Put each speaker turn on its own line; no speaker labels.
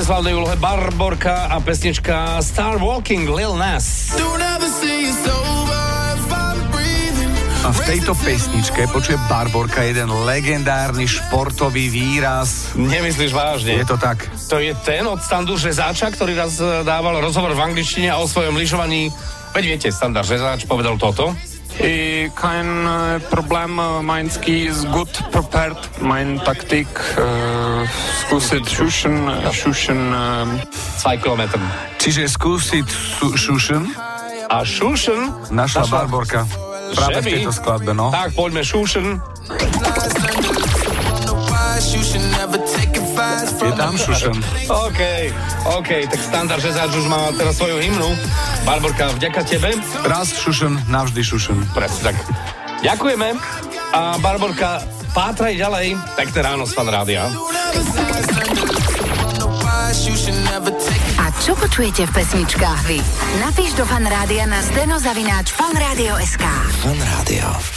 slávnej úlohe Barborka a pesnička Star Walking Lil Nas.
A v tejto pesničke počuje Barborka jeden legendárny športový výraz.
Nemyslíš vážne?
Je to tak.
To je ten od standu Žezáča, ktorý raz eh, dával rozhovor v angličtine o svojom lyžovaní. Veď viete, standard Žezáč povedal toto.
I kein äh, Problem, äh, mein Ski ist gut prepared, mein Taktik, äh, skuset schuschen, äh, schuschen, äh,
2 km.
Čiže skúsiť su- šušen
A Šušen...
našla Barborka.
Že
Práve v
by?
tejto skladbe, no.
Tak, poďme Šušen.
Je tam šušen.
OK, OK, tak standard Žezáč už má teraz svoju hymnu. Barborka, vďaka tebe.
Raz šušen, navždy šušen.
Presne tak. Ďakujeme. A Barborka, pátraj ďalej. Pekné ráno z Fan Rádia.
A čo počujete v pesničkách vy? Napíš do fanrádia na steno zavináč fanradio.sk.
Fan Rádio.